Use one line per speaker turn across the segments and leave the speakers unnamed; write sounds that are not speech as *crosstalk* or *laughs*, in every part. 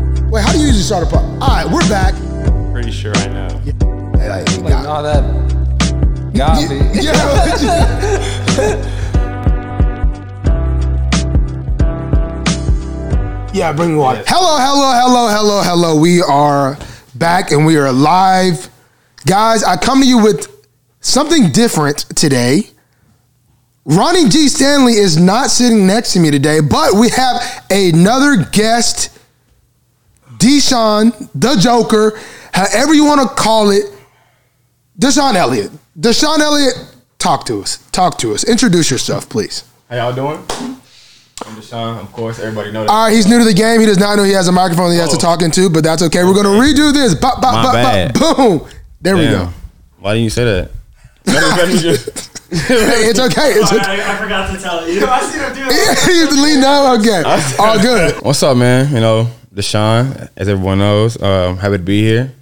you usually start a pod? All right, we're back.
Pretty sure I know.
Like,
Like,
nah.
all that gobby.
yeah. *laughs*
Yeah, bring water.
hello, hello, hello, hello, hello. We are back and we are live. Guys, I come to you with something different today. Ronnie G. Stanley is not sitting next to me today, but we have another guest, Deshaun, the Joker, however you want to call it, Deshaun Elliott. Deshaun Elliott, talk to us. Talk to us. Introduce yourself, please.
How y'all doing? I'm Deshaun, of course. Everybody know that.
All right, he's new to the game. He does not know he has a microphone that he has to
Oh.
talk into, but that's okay. We're gonna redo this. Bop, bop,
My
bop,
bad.
bop. Boom. There we go.
Damn. Why didn't you
*laughs*
say that?
Hey, *laughs* it's okay. It's
*laughs*
okay. *laughs*
I, I forgot to tell you. I see them do it.
he has to lean down. Okay. All good.
What's up, man? You know, Deshaun, as everyone knows, um, happy to be here.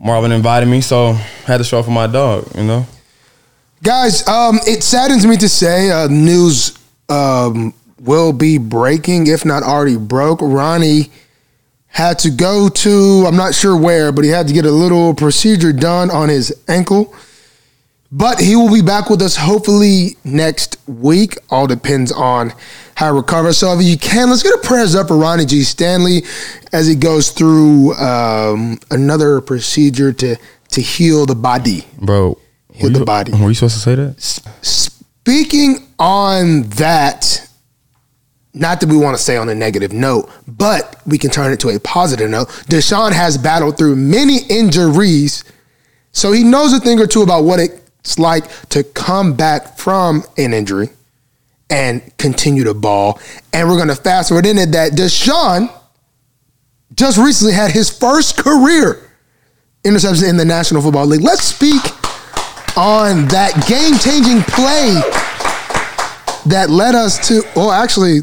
Marvin invited me, so had to show up for my dog. You know,
Guys, um, it saddens me to say uh, news um, will be breaking, if not already broke. Ronnie had to go to, I'm not sure where, but he had to get a little procedure done on his ankle. But he will be back with us hopefully next week. All depends on how he recovers. So if you can, let's get a prayers up for Ronnie G. Stanley as he goes through um, another procedure to to heal the body.
bro.
Heal
were
the
you-
body.
Were you supposed to say that?
Speaking on that, not that we want to stay on a negative note, but we can turn it to a positive note. Deshaun has battled through many injuries, so he knows a thing or two about what it's like to come back from an injury and continue to ball. And we're going to fast forward into that. Deshaun just recently had his first career interception in the National Football League. Let's speak on that game changing play that led us to, well, actually,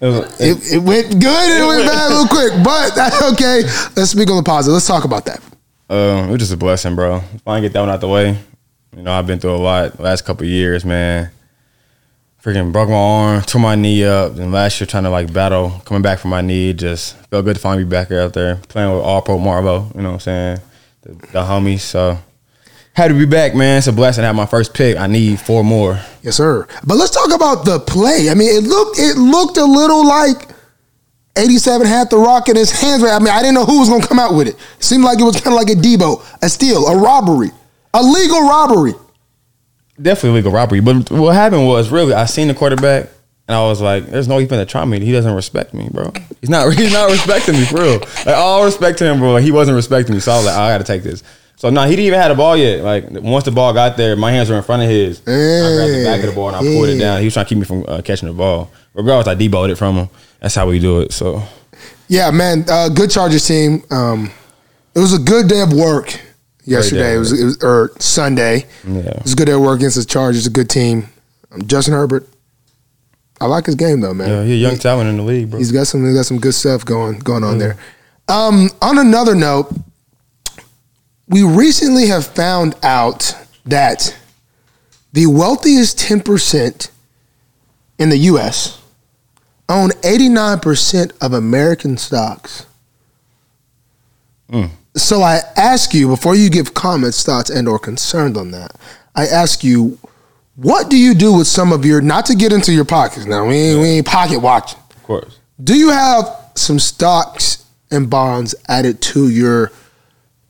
it, it went good and it went *laughs* bad real quick, but that's okay. Let's speak on the positive. Let's talk about that.
Um, it was just a blessing, bro. Finally get that one out the way. You know, I've been through a lot the last couple of years, man. Freaking broke my arm, tore my knee up, and last year trying to like battle, coming back from my knee, just felt good to finally be back out there playing with all pro Marvo, you know what I'm saying? The, the homies. So had to be back, man. It's a blessing to have my first pick. I need four more.
Yes, sir. But let's talk about the play. I mean, it looked it looked a little like 87 had the rock in his hands. I mean, I didn't know who was gonna come out with it. Seemed like it was kind of like a Debo, a steal, a robbery, a legal robbery.
Definitely legal robbery. But what happened was really I seen the quarterback and I was like, there's no even to try me. He doesn't respect me, bro. He's not *laughs* he's not respecting me for real. Like all respect to him, bro. Like, he wasn't respecting me. So I was like, "Oh, I gotta take this. So no, he didn't even have the ball yet. Like once the ball got there, my hands were in front of his. I grabbed the back of the ball and I pulled it
Yeah.
down. He was trying to keep me from uh, catching the ball. Regardless, I deboed it from him. That's how we do it. So
Yeah, man, uh, good Chargers team. Um, it was a good day of work yesterday.
day.
It was, it was or Sunday.
Yeah.
It was a good day of work against the Chargers. A good team. Um, Justin Herbert, I like his game though, man.
yeah, he a young talent in the league, bro.
He's got some. He's got some good stuff going going on there. Um, on another note, we recently have found out that the wealthiest ten percent in the U.S. own eighty nine percent of American stocks. So I ask you before you give comments, thoughts, and or concerns on that. I ask you, what do you do with some of your not to get into your pockets now? We ain't, we ain't pocket watching.
Of course.
Do you have some stocks and bonds added to your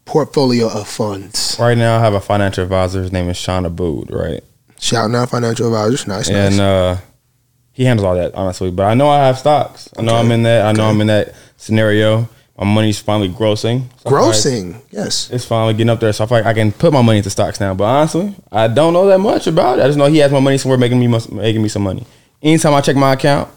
portfolio of funds?
Right now I have a financial advisor. His name is Sean Abood, right?
Shouting out financial advisors. Nice,
and
nice.
uh, he handles all that honestly. But I know I have stocks. I know I'm in that. I know I'm in that scenario. My money's finally grossing. So I feel like
Grossing. Yes.
It's finally getting up there, so I feel like I can put my money into stocks now. But honestly, I don't know that much about it. I just know he has my money somewhere, making me mus- making me some money. Anytime I check my account,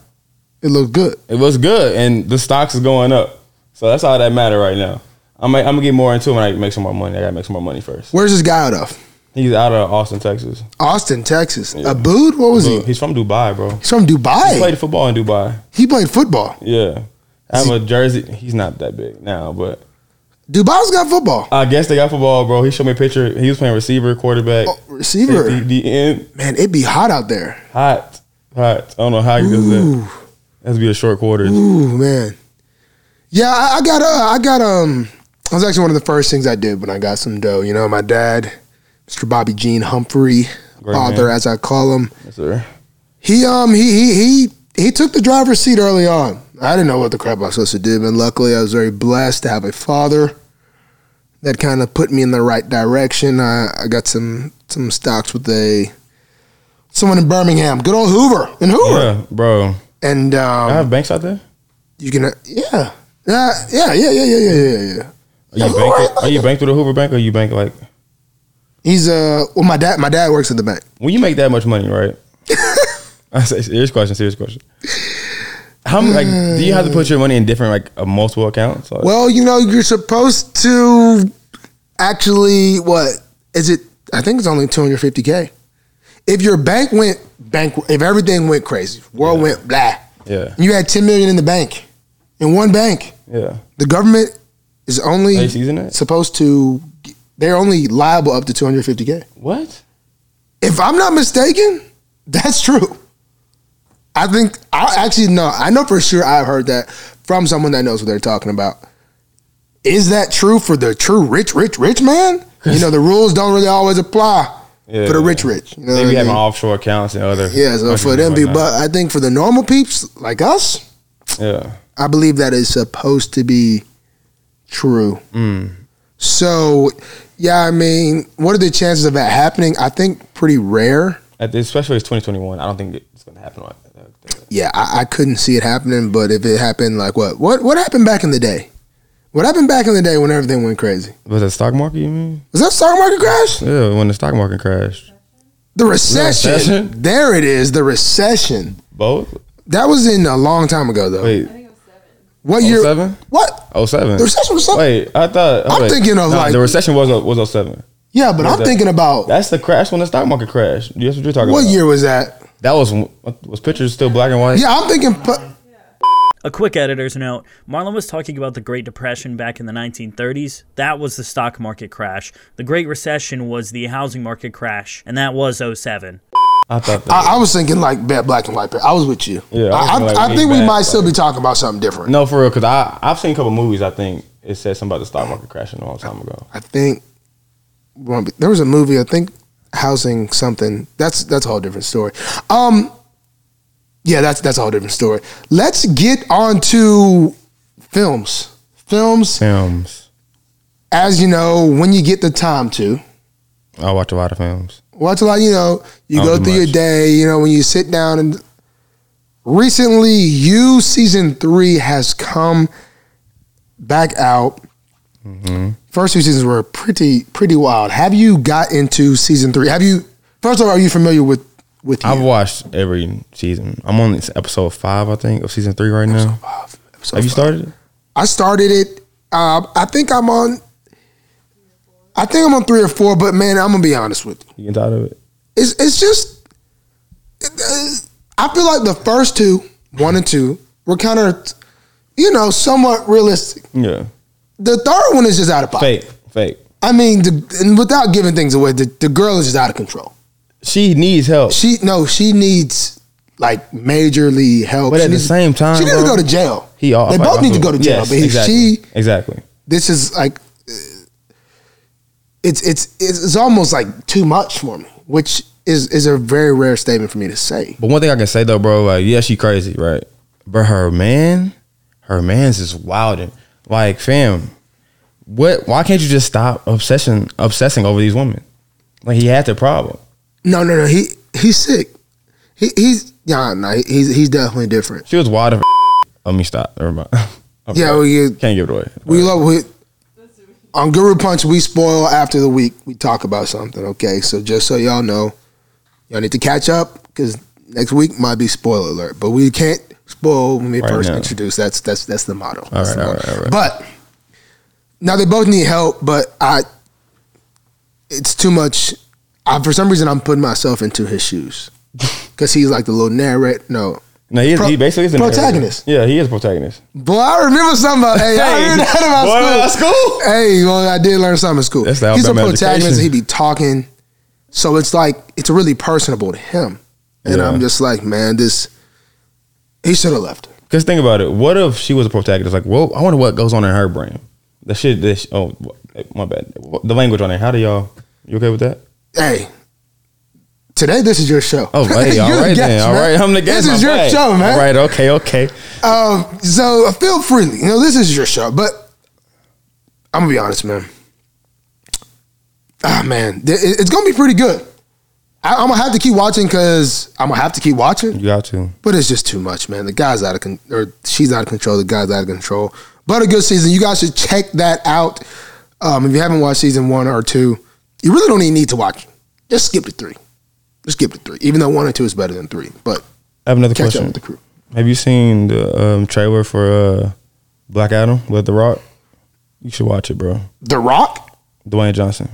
It looks good.
it looks good, and the stocks is going up. So that's all that matter right now. I'm, I'm gonna get more into it when I make some more money. I gotta make some more money first.
Where's this guy out of?
He's out of Austin, Texas.
Austin, Texas. Abood? What was he?
He's from Dubai, bro.
He's from Dubai.
He played football in Dubai.
football.
Yeah. I have a jersey. He's not that big now, but
Dubai's got football.
I guess they got football, bro. He showed me a picture. He was playing receiver, quarterback,
Oh, receiver.
50, DN.
Man, it'd be hot out there.
Hot, hot. I don't know how he does
Ooh,
that. Has to be a short quarter.
ooh, man. Yeah, I, I got uh, I got um. That was actually one of the first things I did when I got some dough. You know, my dad, Mr. Bobby Gene Humphrey,
Great
father
man.
as I call him.
Yes, sir.
He um he he he he took the driver's seat early on. I didn't know what the crap I was supposed to do, but luckily I was very blessed to have a father that kind of put me in the right direction. I, I got some some stocks with a someone in Birmingham, good old Hoover in Hoover,
Yeah, bro.
and
I have
um,
banks out there.
you can yeah. Uh, yeah, yeah, yeah, yeah, yeah, yeah, yeah.
Are you banked? Are you banked with a Hoover Bank, or you bank like
He's uh, well, my dad, my dad works at the bank.
when you make that much
*laughs*
money, right? I say serious question. Serious question. How m- like do you have to put your money in different like uh, multiple accounts? Like,
Well, you know, you're supposed to actually what is it? I think it's only 250k. If your bank went bank, if everything went crazy, world went blah,
yeah,
you had 10 million in the bank, in one bank,
yeah.
the government is
Are you
only
seasoning it?
supposed to. They're only liable up to 250k.
What?
If I'm not mistaken, that's true. I think I actually know. I know for sure I've heard that from someone that knows what they're talking about. Is that true for the true rich, rich, rich man? You know, the rules don't really always apply
Yeah.
for the rich, rich. You know
Maybe
what I
having
mean?
offshore accounts and other.
yeah, so
countries
for them
and
people,
whatnot.
but I think for the normal peeps like us,
yeah,
I believe that is supposed to be true.
Mm.
So, yeah, I mean, what are the chances of that happening? I think pretty rare.
At this- especially it's 2021. I don't think it's gonna happen. Like that.
yeah, I, I couldn't see it happening. But if it happened, like what, what, what happened back in the day? What happened back in the day when everything went crazy?
Was it stock market? You mean?
Was that stock market crash?
Yeah, when the stock market crashed.
The recession.
recession?
There it is. The recession.
Both.
That was in a long time ago, though.
Wait, oh,
what year?
07?
What?
07.
The recession was something.
Wait, I thought.
I'm
wait.
thinking of, like-
the recession was uh, was 07.
Yeah, but
What
I'm
the-
thinking about
That's the crash when the stock market crashed. That's what you're talking
what
about.
year was that?
That was was pictures still black and white.
Yeah, I'm thinking. pu-
A quick editor's note Marlon was talking about the Great Depression back in the 1930s. That was the stock market crash. The Great Recession was the housing market crash, and that was 07.
I thought that.
I, I was thinking like bad black and white. pair. I was with you.
Yeah, I was
I, I,
thinking, like,
I
way
think we
back,
might still
like-
be talking about something different.
no, for real, because I I've seen a couple movies. I think it said something about the stock market crashing a long time ago.
I think well, there was a movie. I think housing something. That's that's a whole different story. Um, yeah, that's that's a whole different story. Let's get on to films. Films,
Films.
as you know, when you get the time to
I watch a lot of films.
watch a lot. You know, you
I don't
go
do
through your
much.
day. You know, when you sit down and recently, you season three has come back out.
Mm-hmm.
First two seasons were pretty pretty wild. Have you got into season three? Have you first of all, are you familiar with with
I've
you?
watched every season. I'm on this episode five, I think, of season three right now.
Oh, Episode
Have you
five.
started? it?
I started it. Uh, I think I'm on. I think I'm on three or four, but man, I'm gonna be honest with you.
You getting tired of it?
it's it's just uh, I feel like the first two, one and two, were kind of you know somewhat realistic.
Yeah.
The third one is just out of pocket.
Fake. Fake.
I mean, the, and without giving things away, the, the girl is just out of control.
She needs help.
She no, she needs like majorly help.
But
She
at the
needs-
same time,
she needs to
bro,
go to jail.
He all
they
I-
both
I
need to
feel-
go to jail.
Yes,
but if
exactly.
she
exactly.
this is like uh, it's it's it's it's almost like too much for me, which is is a very rare statement for me to say.
But one thing I can say though, bro, like yeah, she crazy, right? But her man, her man's is wilding. Like, fam, what? Why can't you just stop obsession, obsessing over these women? Like he had the problem.
No, no, no. He he's sick. He he's yeah, no, he- he's he's definitely different.
She was wild. as- Let me stop. Never mind. *laughs* I'm
Yeah,
sorry.
we
can't give it away.
we love we, on Guru Punch. We spoil after the week. We talk about something. Okay, so just so y'all know, y'all need to catch up because next week might be spoiler alert. But we can't spoil when we
Right
first
now.
introduce. That's that's that's the model. That's
right,
the
all
model.
right, all right.
But now they both need help. But I, it's too much. I, for some reason, I'm putting myself into his
*laughs*
shoes because he's like the little narrator. No,
No, he, is,
Pro-
he basically is the narrator.
protagonist.
Yeah, he is a protagonist.
Boy, I remember something about hey, I
Hey,
heard that about
boy,
school.
about school?
Hey, well, I did learn something in school.
That's the
He's a
Alabama
protagonist.
education.
He be talking, so it's like it's really personable to him. And
Yeah.
I'm just like, man, this. He should have left.
Because think about it. What if she was a protagonist? Like, well, I wonder what goes on in her brain. The shit. This. Oh, my bad. The language on it. How do y'all? You okay with that?
Hey. Today, this is your show. *laughs*
Oh, hey, all right guest, then. All right, I'm the guest.
This is your
bad.
show, man.
All right, okay, okay.
Um, so feel freely. You know, this is your show, but I'm gonna be honest, man. Ah, man, it- it's gonna be pretty good. I, I'm gonna have to keep watching because I'm gonna have to keep watching.
You got to.
But it's just too much, man. The guy's out of con- or she's out of control. The guy's out of control. But a good season. You guys should check that out. Um, if you haven't watched season one or two, you really don't even need to watch. it. Just skip to three. Just skip to three. Even though one or two is better than three, but
I have another
catch up
question.
with the crew.
Have you seen the um, trailer for uh, Black Adam with The Rock? You should watch it, bro.
The Rock.
Dwayne Johnson.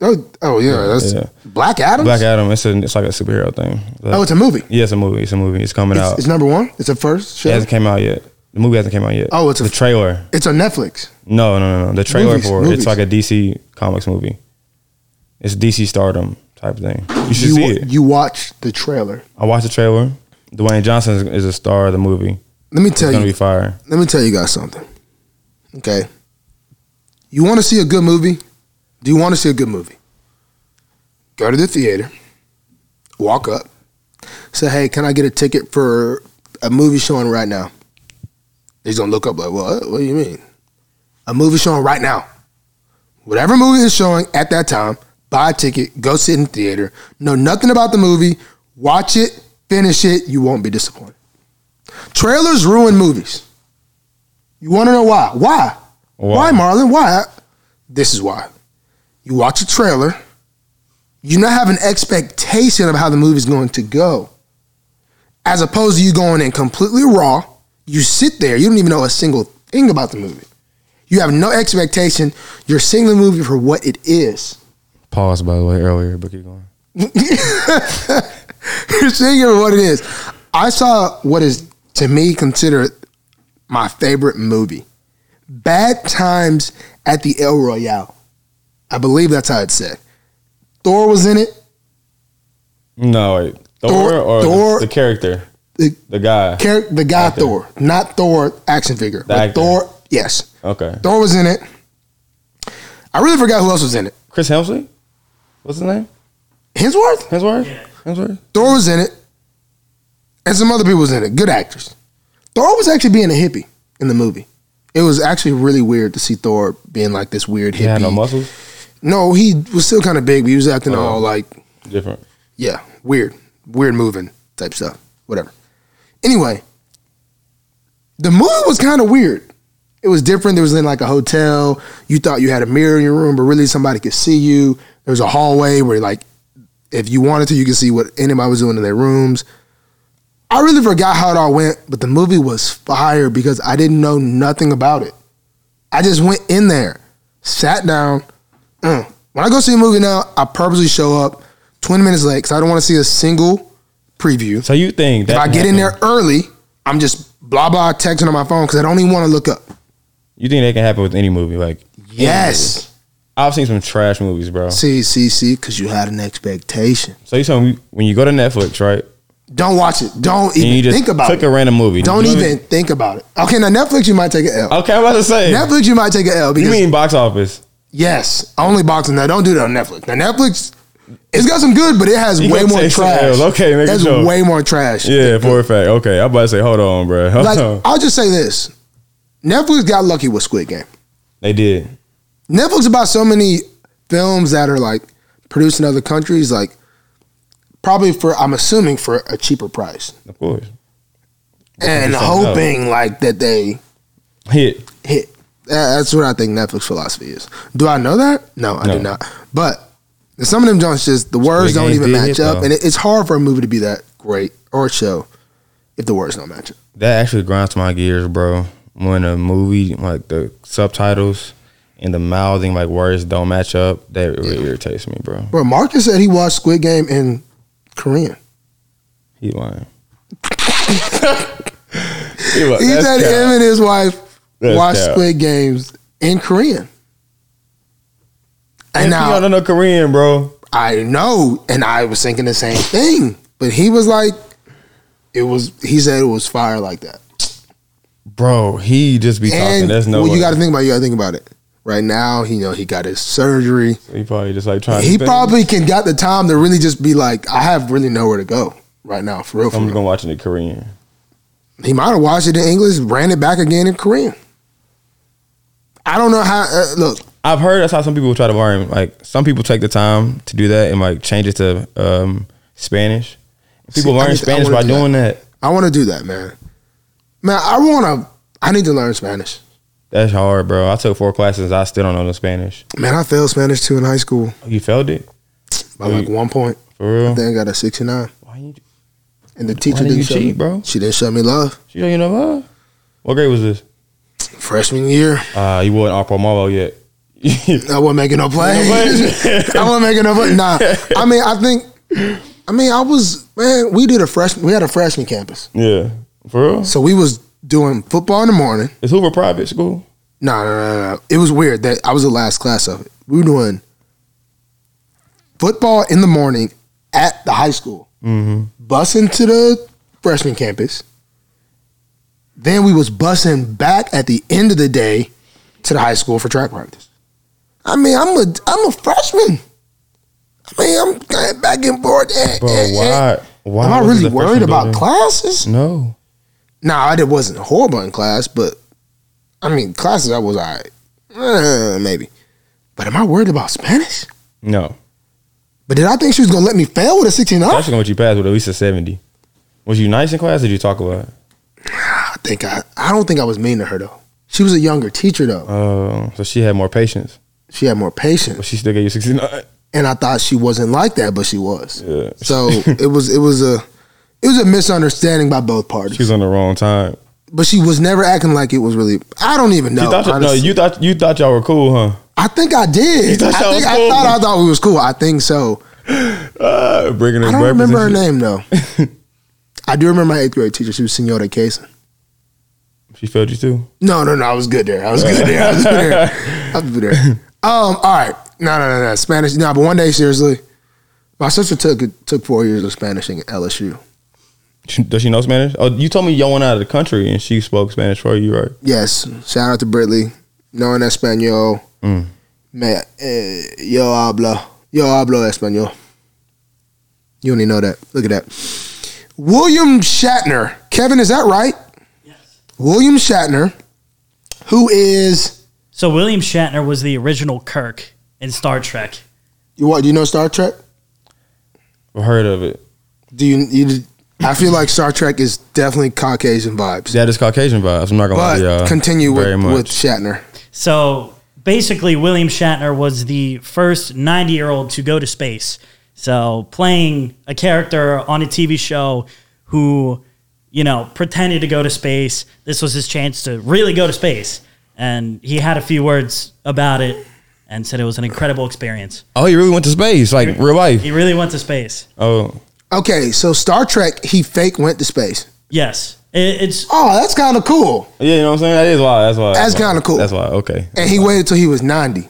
Oh, oh yeah, that's
Yeah.
Black Adam.
Black Adam. It's a, it's like a superhero thing.
Oh, it's a movie.
yeah, it's a movie. It's a movie. It's coming
It's,
out.
it's number one. It's a first show.
It hasn't came out yet. The movie hasn't came out yet.
Oh, it's a-
the trailer.
It's on Netflix.
No, no, no, no. The trailer
Movies,
for
movies.
it's like a DC Comics movie. It's DC Stardom type thing. You should
You,
see it.
you watch the trailer.
I watched the trailer. Dwayne Johnson is, is a star of the movie.
Let me
It's
tell
gonna
you.
be fire.
let me tell you guys something. Okay. You want to see a good movie? Do you want to see a good movie? Go to the theater, walk up, say, hey, can I get a ticket for a movie showing right now? He's going to look up, like, what? What do you mean? A movie showing right now. Whatever movie is showing at that time, buy a ticket, go sit in the theater, know nothing about the movie, watch it, finish it, you won't be disappointed. Trailers ruin movies. You want to know why? Why? Why, Marlon? Why? This is why. You watch a trailer, you not have an expectation of how the movie's going to go. As opposed to you going in completely raw, you sit there, you don't even know a single thing about the movie. You have no expectation. You're seeing the movie for what it is.
Pause by the way earlier, but keep going.
*laughs* You're seeing it for what it is. I saw what is to me considered my favorite movie. Bad Times at the El Royale. I believe that's how it's said. Thor was in it.
No, wait. Thor,
Thor-
or
Thor-
the character,
The,
the guy.
char- the guy
Actor.
Thor, not Thor action figure, but
actor.
Thor. Yes,
Okay,
Thor was in it. I really forgot who else was in it.
Chris Hemsworth. What's his name?
Hemsworth.
Hemsworth.
Yeah.
Hemsworth.
Thor was in it, and some other people was in it. Good actors. Thor was actually being a hippie in the movie. It was actually really weird to see Thor being like this weird hippie.
He had no muscles.
No, he was still kind of big, but he was acting
Oh.
all like
Different.
yeah, weird, weird moving type stuff, whatever. Anyway, the movie was kind of weird. It was different. There was in like a hotel. You thought you had a mirror in your room, but really somebody could see you. There was a hallway where like, if you wanted to, you could see what anybody was doing in their rooms. I really forgot how it all went, but the movie was fire because I didn't know nothing about it. I just went in there, sat down. Mm. When I go see a movie now, I purposely show up 20 minutes late because I don't want to see a single preview.
So you think that
If I get in
happened-
there early, I'm just blah blah texting on my phone because I don't even want to look up.
You think that can happen with any movie? Like
Yes.
I've seen some trash movies, bro.
See, see, see, because you had an expectation.
So you tell me when you go to Netflix, right?
Don't watch it. Don't
And
even
you just
think about
took
it.
a random movie.
don't
You know
even
what I mean?
think about it. Okay, now Netflix, you might take an L.
Okay, I'm about to say.
Netflix, you might take an L
Oh. you
because
mean box office?
yes, only boxing. Now don't do that on Netflix. Now Netflix, it's got some good, but it has
You
way
gonna
more
take some
trash.
Ls. Okay, make
There's
it so.
way more trash.
Yeah, for a fact. Okay, I'm about to say. Hold on, bro. *laughs* Hold
Like
on.
I'll just say this: Netflix got lucky with Squid Game.
They did.
Netflix about so many films that are like produced in other countries, like probably for I'm assuming for a cheaper price,
Of course.
and
Percent
hoping like that they
Hit.
hit. That- That's what I think Netflix philosophy is. Do I know that? No, I do
No.
not. But some of them joints just the words
Squid
don't
Game
even
did
match
hit,
up,
though.
and it, it's hard for a movie to be that great or a show if the words don't match up.
That actually grinds my gears, bro. When a movie like the subtitles and the mouthing like words don't match up, that really irritates me, bro.
Bro, Marcus said he watched Squid Game in Korean.
He lying. *laughs* he li-
he
that's
said
cap.
him and his wife
That's
watched
cap.
Squid Games in Korean. And
And he
now
don't know no Korean, bro.
I know, and I was thinking the same thing. But he was like, it was. He said it was fire like that.
Bro, he just be talking.
And
There's no.
well,
way.
you got to think about it, you. got to think about it. Right now, you know, he got his surgery.
He probably just like trying. to
He
spend-
probably can got the time to really just be like, I have really nowhere to go right now, for real. For
I'm
real.
gonna watch it in Korean.
He might have watched it in English, ran it back again in Korean. I don't know how. Uh, look,
I've heard that's how some people try to learn. Like some people take the time to do that and like change it to um, Spanish. People
See, I
learn
need to- I
Spanish
wanna
by
do
doing that.
I want to do that, man. Man, I want to. I need to learn Spanish.
That's hard, bro. I took four classes. I still don't know no Spanish.
Man, I failed Spanish too in high school
You failed it
by like one point.
for real.
Then I got a sixty nine,
Why you?
and the teacher
did
didn't
you
show me.
cheat, bro?
She didn't show me love.
She don't even know what. What grade was this?
Freshman year,
Uh, you wasn't Opera Marlo yet. *laughs*
I wasn't making no play. *laughs* I wasn't making no play. Nah, I mean, I think. I mean, I was man. We did a freshman. We had a freshman campus,
yeah, for real.
so we was doing football in the morning.
Is Hoover private school?
No, no, no, no. It was weird that I was the last class of it. We were doing football in the morning at the high school,
Mm-hmm.
busing to the freshman campus. Then we was busing back at the end of the day to the high school for track practice. I mean, I'm a I'm a freshman. I mean, I'm going back and forth. eh,
Bro,
eh, eh.
why? Why?
Am I
was
really
the freshman
worried about
building-
classes?
No.
Nah, I did, wasn't horrible in class, but I mean, classes I was all right. Uh, maybe. But am I worried about Spanish?
No.
But did I think she was going to let me fail with a 69?
That's gonna let you pass with at least a seventy. Was you nice in class? Or did you talk about?
I think I, I don't think I was mean to her though. She was a younger teacher though.
Oh, so she had more patience,
She had more
but
patience.
she still gave you sixty *laughs* nine.
And I thought she wasn't like that, but she was.
Yeah.
So it was it was a it was a misunderstanding by both parties.
She was on the wrong time.
but she was never acting like it was really I don't even know.
you thought, no,
honestly.
you thought you thought y'all were cool, huh?
I think I did. I
thought y'all
think
was
I
cool?
thought I thought we was cool. I think so.
Uh, bringing
I don't remember her name though. I do remember my eighth grade teacher. She was Senora Case.
She failed you too.
No, no, no. I was good there. I was good there. I was good there. I was good
*laughs*
there. Um. All right. No, no, no, no. Spanish. No, but one day, seriously, my sister took took four years of Spanish in LSU.
She- Does she know Spanish? Oh, you told me y'all went out of the country and she spoke Spanish for you, right?
Yes. Shout out to Britley. Knowing Espanol.
Mm.
Me, eh, yo hablo. Yo hablo Espanol. You only know that. Look at that. William Shatner. Kevin, is that right?
Yes.
William Shatner, who is
So William Shatner was the original Kirk in Star Trek.
you what? Do you know Star Trek?
I've heard of it.
Do you? you I feel like Star Trek is definitely Caucasian vibes.
That is Caucasian vibes. I'm not gonna lie
but
to y'all.
continue with,
Very much.
with Shatner.
So basically, William Shatner was the first 90 year old to go to space. So playing a character on a TV show who, you know, pretended to go to space. This was his chance to really go to space. And he had a few words about it and said it was an incredible experience.
oh, you really went to space, like real life.
He really went to space.
Oh,
Okay, so Star Trek, he fake went to space.
Yes. It, it's
Oh, that's kind of cool.
yeah, you know what I'm saying. That is why. That's why.
That's
why.
kinda cool.
That's why. Okay.
And he waited till he was ninety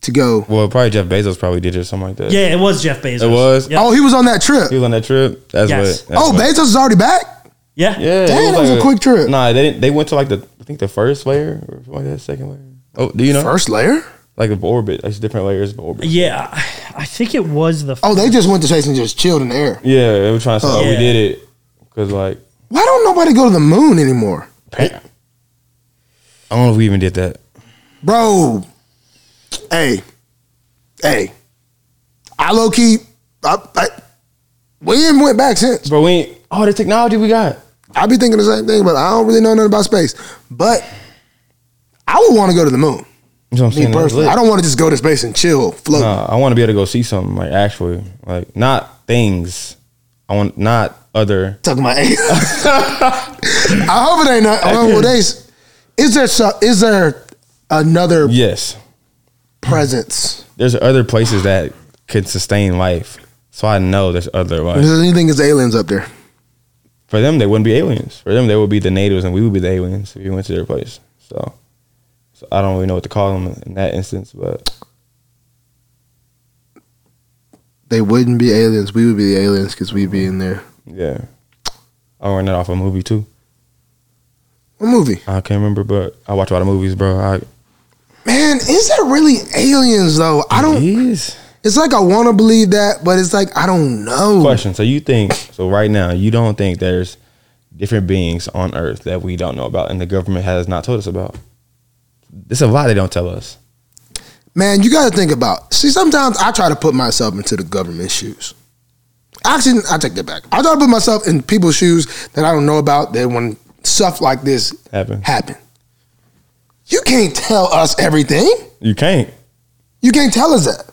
to go.
Well, probably Jeff Bezos probably did it or something like that.
yeah, it was Jeff Bezos.
It was?
Yep.
Oh, he was on that
He
trip.
was on that trip. That's
Yes.
what. that's
Oh,
what-
Bezos is already back.
yeah.
Yeah, it
Damn, that was a quick trip.
Nah, they didn't, they went to like the I think the first layer or something like that second layer. Oh, do you know
First layer.
like the orbit? Like different layers of orbit.
Yeah, I think it was the.
Oh, they just went to space and just chilled in the air.
Yeah, they were trying to say oh, we
Yeah.
did it because like
Why don't nobody go to the moon anymore,
I don't know if we even did that.
bro? Hey, hey, I low key. I, I, William went back since.
But we ain't, oh the technology we got.
I be thinking the same thing, but I don't really know nothing about space. But I would want to go to the moon.
You know what I'm
Me
saying? That's
personally,
lit.
I don't want to just go to space and chill, float.
Nah, I want to be able to go see something like actually like not things. I want not other.
Talking about aliens. I hope it ain't not. Well, well, there's- is there so- is there another
Yes,
presence?
there's other places that can sustain life. So I know there's other life.
Is there anything is aliens up there?
for them they wouldn't be aliens. For them they would be the natives and we would be the aliens if we went to their place. So, so I don't really know what to call them in that instance, but
They wouldn't be aliens. We would be the aliens because we'd be in there.
yeah. I learned that off a movie too.
I What movie?
I can't remember, but I watch a lot of movies, bro. I,
Man, is that really aliens though? I don't.
It is.
It's like I want to believe that, but it's like I don't know.
Question. So you think so right now? You don't think there's different beings on Earth that we don't know about, and the government has not told us about. There's a lot they don't tell us.
Man, you got to think about. See, sometimes I try to put myself into the government's shoes. Actually, I take that back. I try to put myself in people's shoes that I don't know about. That when stuff like this
Happen.
happen, you can't tell us everything.
You can't.
You can't tell us that.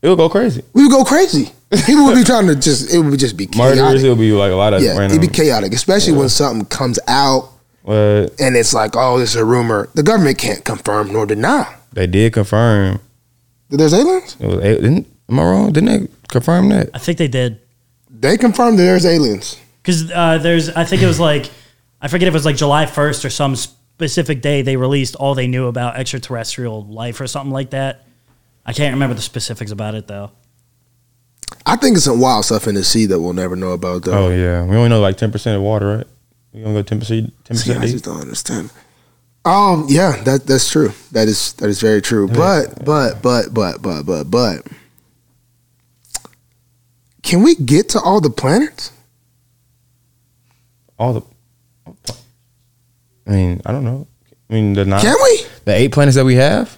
It'll go crazy.
We would go crazy. People would be trying to just. It would just be chaotic.
Murders. It'll be like a lot of
yeah,
random.
it'd be chaotic, especially when something comes out
But
and it's like, oh, this is a rumor. The government can't confirm nor deny
they did confirm.
that there's aliens.
It was. a- Didn't, am I wrong? Didn't they confirm that?
I think they did
They confirmed that there's aliens.
because uh, there's. I think it was like I forget if it was like July 1st or some specific day they released all they knew about extraterrestrial life or something like that. I can't remember the specifics about it though.
I think it's some wild stuff in the sea that we'll never know about though.
Oh yeah, we only know like ten percent of water, right? We only go ten percent, ten
See, I just
percent.
don't understand. Um, yeah, that that's true. That is that is very true. But but but but but but but can we get to all the planets?
All the. I mean, I don't know. I mean, the nine,
Can we?
the eight planets that we have,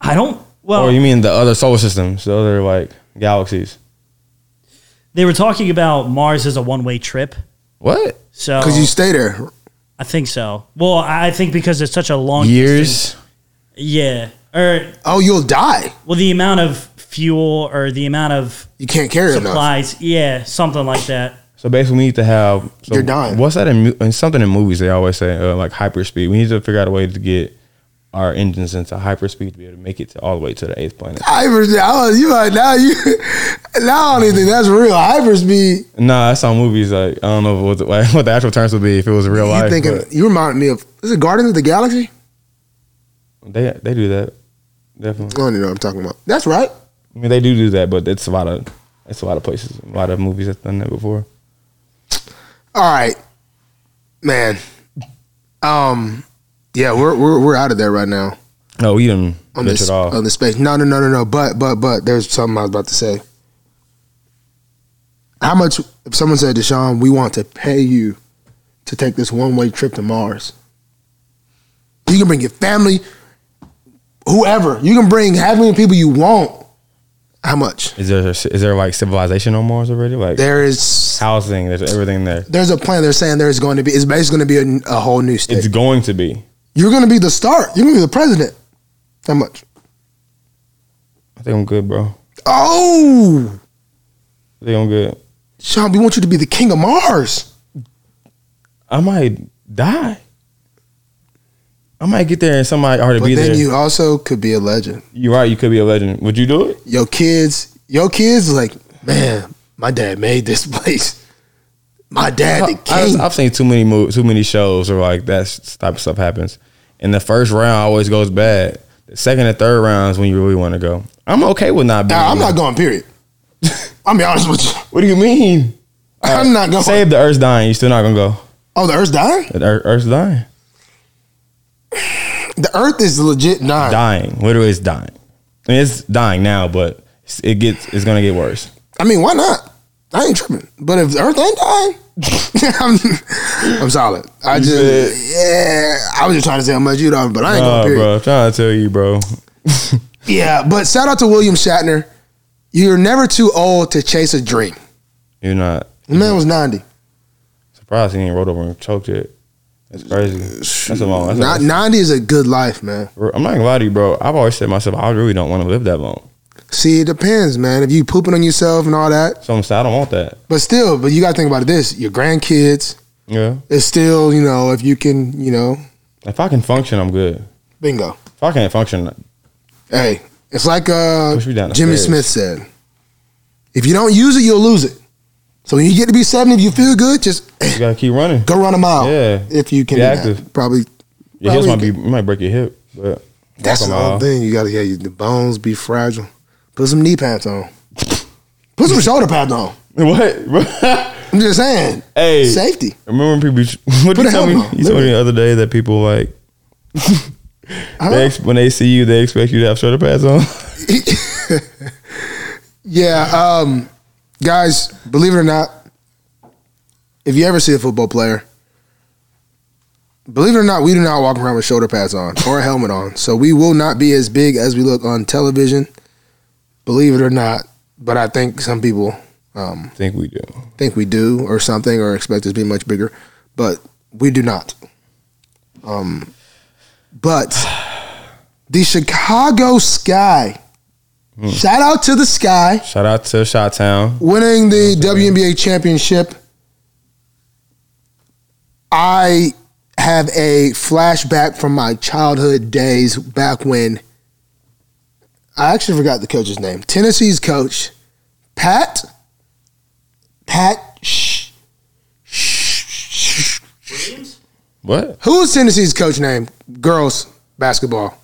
I don't. Well,
or Oh, you mean the other solar systems, the other like galaxies?
they were talking about Mars as a one way trip.
What
So
Because you stay there.
I think so. Well, I I think because it's such a long distance-
years?
Yeah. Or
Oh, you'll die.
well, the amount of fuel or the amount of
You can't carry enough.
supplies. Yeah, something like that.
So basically, we need to have. So
You're dying.
What's that in, mu- in something in movies? They always say uh, like hyperspeed. We need to figure out a way to get our engines into hyperspeed to be able to make it to all the way to the eighth planet.
Hyperspeed. Oh, you like now you *laughs* now I don't even think that's real. Hyperspeed.
Nah, I saw movies like I don't know what the, like, *laughs* what the actual terms would be if it was real
You
life.
thinking?
but
You remind me of is it Guardians of the Galaxy?
they they do that definitely.
I don't even know what I'm talking about. That's right.
I mean, they do do that, but it's a lot of it's a lot of places, a lot of movies that's done that before.
All right, man. Um, yeah, we're we're we're out of there right now
No, we didn't
on
bitch
this
it off.
on this space. No, no, no, no, no. But but but there's something I was about to say. How much? If someone said, "Deshaun, we want to pay you to take this one way trip to Mars," you can bring your family, whoever. You can bring however many people you want. How much?
Is there is there like civilization on Mars already? Like
There is
housing, there's everything there.
there's a plan. They're saying there's going to be. It's basically going to be a, a whole new state.
It's going to be.
You're going to be the start. You're going to be the president. How much?
I think I'm good, bro.
Oh,
I think I'm good.
Sean, we want you to be the king of Mars.
I might die. I might get there and somebody already
But
be
then
there. You,
you also could be a legend.
are right. You could be a legend. Would you do it?
Your kids, your kids, like man, my dad made this *laughs* place. My dad, the
I,
king.
have seen too many mo- too many shows where like that s- type of stuff happens. And the first round always goes bad. The second and third rounds when you really want to go. I'm okay with not being.
Nah, I'm not going. Period. *laughs* I'll be honest with you.
What do you mean?
I'm not going.
Save the Earth's dying. You still not gonna go.
oh, the Earth's dying.
The Ear- Earth's dying.
The Earth is legit dying.
Dying. Literally, it's dying. I mean, it's dying now, but it's- it gets. It's gonna get worse.
I mean, why not? I ain't tripping. But if the Earth ain't dying, *laughs* I'm, I'm solid. I just, yeah, I was just trying to say how much you don't, but I ain't
Nah,
gonna period.
bro. I'm trying to tell you,
*laughs*
bro.
Yeah, but shout out to William Shatner. You're never too old to chase a dream.
You're not.
The man was 90.
Surprised he didn't rolled over and choked it. That's crazy. That's a long. That's
Not,
a,
90 is a good life, man.
I'm not gonna lie to you, bro. I've always said to myself, I really don't want to live that long.
See, it depends, man. If you pooping on yourself and all that,
So I'm sad. I don't want that.
but still, but you got to think about this. Your grandkids
Yeah.
is still, you know, if you can, you know,
If I can function, I'm good.
bingo.
If I can't function,
Hey, it's like uh,
Push me down the
Jimmy
stairs.
Smith said, if you don't use it, you'll lose it. So when you get to be 70, if you feel good, just eh,
you gotta keep running.
go run a mile.
Yeah.
If you can.
Be
do that.
active.
Probably.
Your hips might
probably-
be. You might break your hip, but
That's
walk
the
a mile.
whole thing. You gotta yeah, you, the bones be fragile. Put some knee pads on. Put some shoulder pads on.
*laughs* What? bro?
I'm just saying.
*laughs* Hey,
Safety.
Remember when people? *laughs* What
Put
did
a
you tell me?
helmet on,
You told me
literally.
the other day that people *laughs* like.
know.
they ex- when they see you, they expect you to have shoulder pads on. *laughs*
Yeah, um, guys, believe it or not, if you ever see a football player, believe it or not, we do not walk around with shoulder pads on or a helmet on. So we will not be as big as we look on television, believe it or not. But I think some people um,
think we do.
think we do or something or expect us to be much bigger, but we do not. Um, but the Chicago Sky, shout out to the Sky
Shout out to Shot Town.
winning the WNBA championship, I have a flashback from my childhood days back when I actually forgot the coach's name. Tennessee's coach, Pat, Pat, Sh- Sh- Sh-
Williams?
What?
who was Tennessee's coach name? Girls basketball.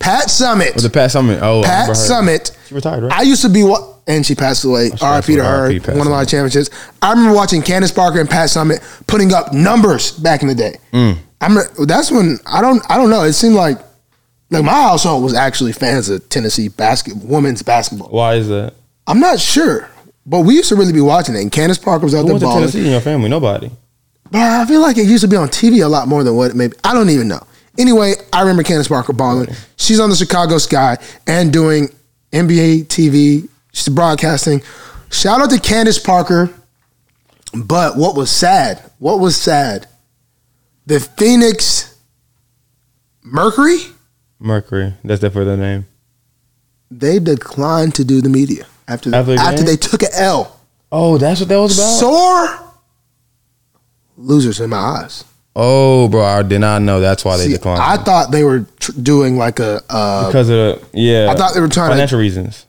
Pat Summit.
Was it Pat Summit? Oh, I remember
Pat
her.
Summit.
She retired, right?
I used to be what, and she passed away. R.I.P. to her.
R.I.P. Pat
One of my
Summit.
championships. I remember watching Candace Parker and Pat Summit putting up numbers back in the day. I'm. That's when I don't. I don't know. It seemed like like my household was actually fans of Tennessee basket women's basketball.
Why is that?
I'm not sure, but we used to really be watching it. And Candace Parker was out
Who
there
went to
balling.
Tennessee in your family? Nobody.
But I feel like it used to be on TV a lot more than what it maybe. I don't even know. Anyway, I remember Candace Parker balling. She's on the Chicago Sky and doing NBA TV. She's broadcasting. Shout out to Candace Parker. But what was sad? What was sad? The Phoenix Mercury,
Mercury. That's definitely the name.
they declined to do the media after
After
after,
the game?
they took an L.
Oh, that's what that was
Sore losers in my eyes.
oh, bro, I did not know. That's why they
See,
declined.
I thought they were tr- doing like a uh,
because of the yeah.
I thought they were trying to-
financial reasons.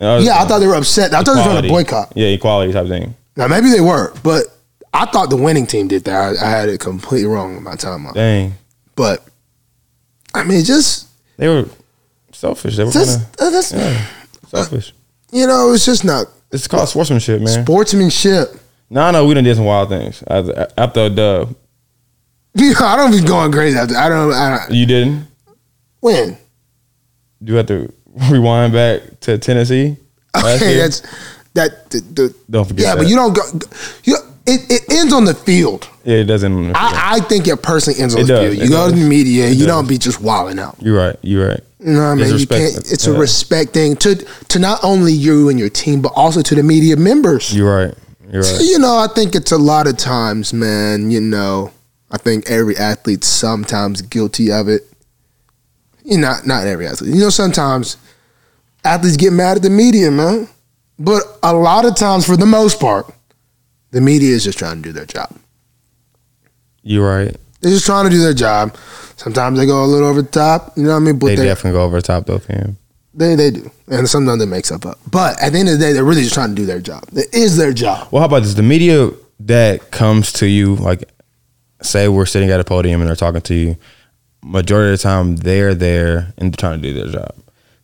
Yeah, I thought they were upset. I thought they were trying to boycott.
Yeah, equality type thing.
Now maybe they were, but I thought the winning team did that. I, I had it completely wrong with my timeline.
Dang,
But I mean, just
they were selfish. They were
just
kind
uh, that's,
of selfish.
you know, it's just not
It's called sportsmanship, man.
sportsmanship. *laughs*
no, no, we done did some wild things after, after a dub.
You know, I don't be going crazy. After, I don't. I don't
You didn't.
*laughs* when
You have to *laughs* rewind back to Tennessee. last
okay,
year?
that's that. The, the,
Don't forget
Yeah, but
that.
you don't go. You it, it ends on the field.
yeah, it doesn't.
I, I think it personally ends on
It
the
does,
field.
it
You go to
does.
the media.
It
you
does.
don't be just wilding out.
you're right. You're right.
You know what I
It's
mean? You
respect.
can't. It's a
Yeah.
respect thing to to not only you and your team, but also to the media members.
You're right. You're
So, *laughs*
right.
You know, I think it's a lot of times, man. You know, I think every athlete's sometimes guilty of it. You know, not not every athlete. You know, sometimes athletes get mad at the media, man. But a lot of times, for the most part, the media is just trying to do their job.
You're right.
They're just trying to do their job. Sometimes they go a little over the top. You know what I mean? But
They
they're-
definitely go over the top though, fam.
They they do, and sometimes it makes up up. But at the end of the day, they're really just trying to do their job. It is their job.
Well, how about this? The media that comes to you, like, say we're sitting at a podium and they're talking to you, majority of the time they're there and they're trying to do their job.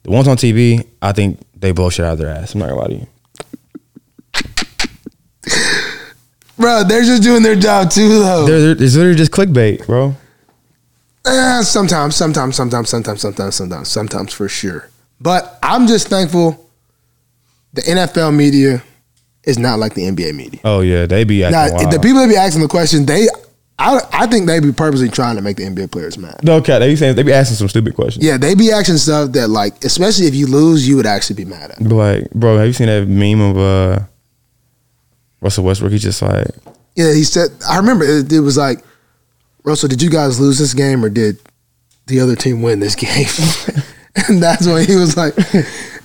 The ones on TV, I think they blow shit out of their ass. I'm not gonna lie to you.
Bro, they're just doing their job too, though.
They're, they're, it's literally just clickbait, bro.
Eh, sometimes, sometimes, sometimes, sometimes, sometimes, sometimes, sometimes for sure. But I'm just thankful the NFL media is not like the NBA media.
Oh yeah, they be
Now,
acting wild.
the people that be asking the question, they, I, I think they be purposely trying to make the NBA players mad.
no cat. They be saying they be asking some stupid questions.
Yeah, they be asking stuff that, like, especially if you lose, you would actually be mad at.
Be like, bro, have you seen that meme of uh Russell Westbrook? He's just like,
Yeah, he said. I remember it, it was like, Russell, did you guys lose this game or did the other team win this *laughs* game? and that's when he was like,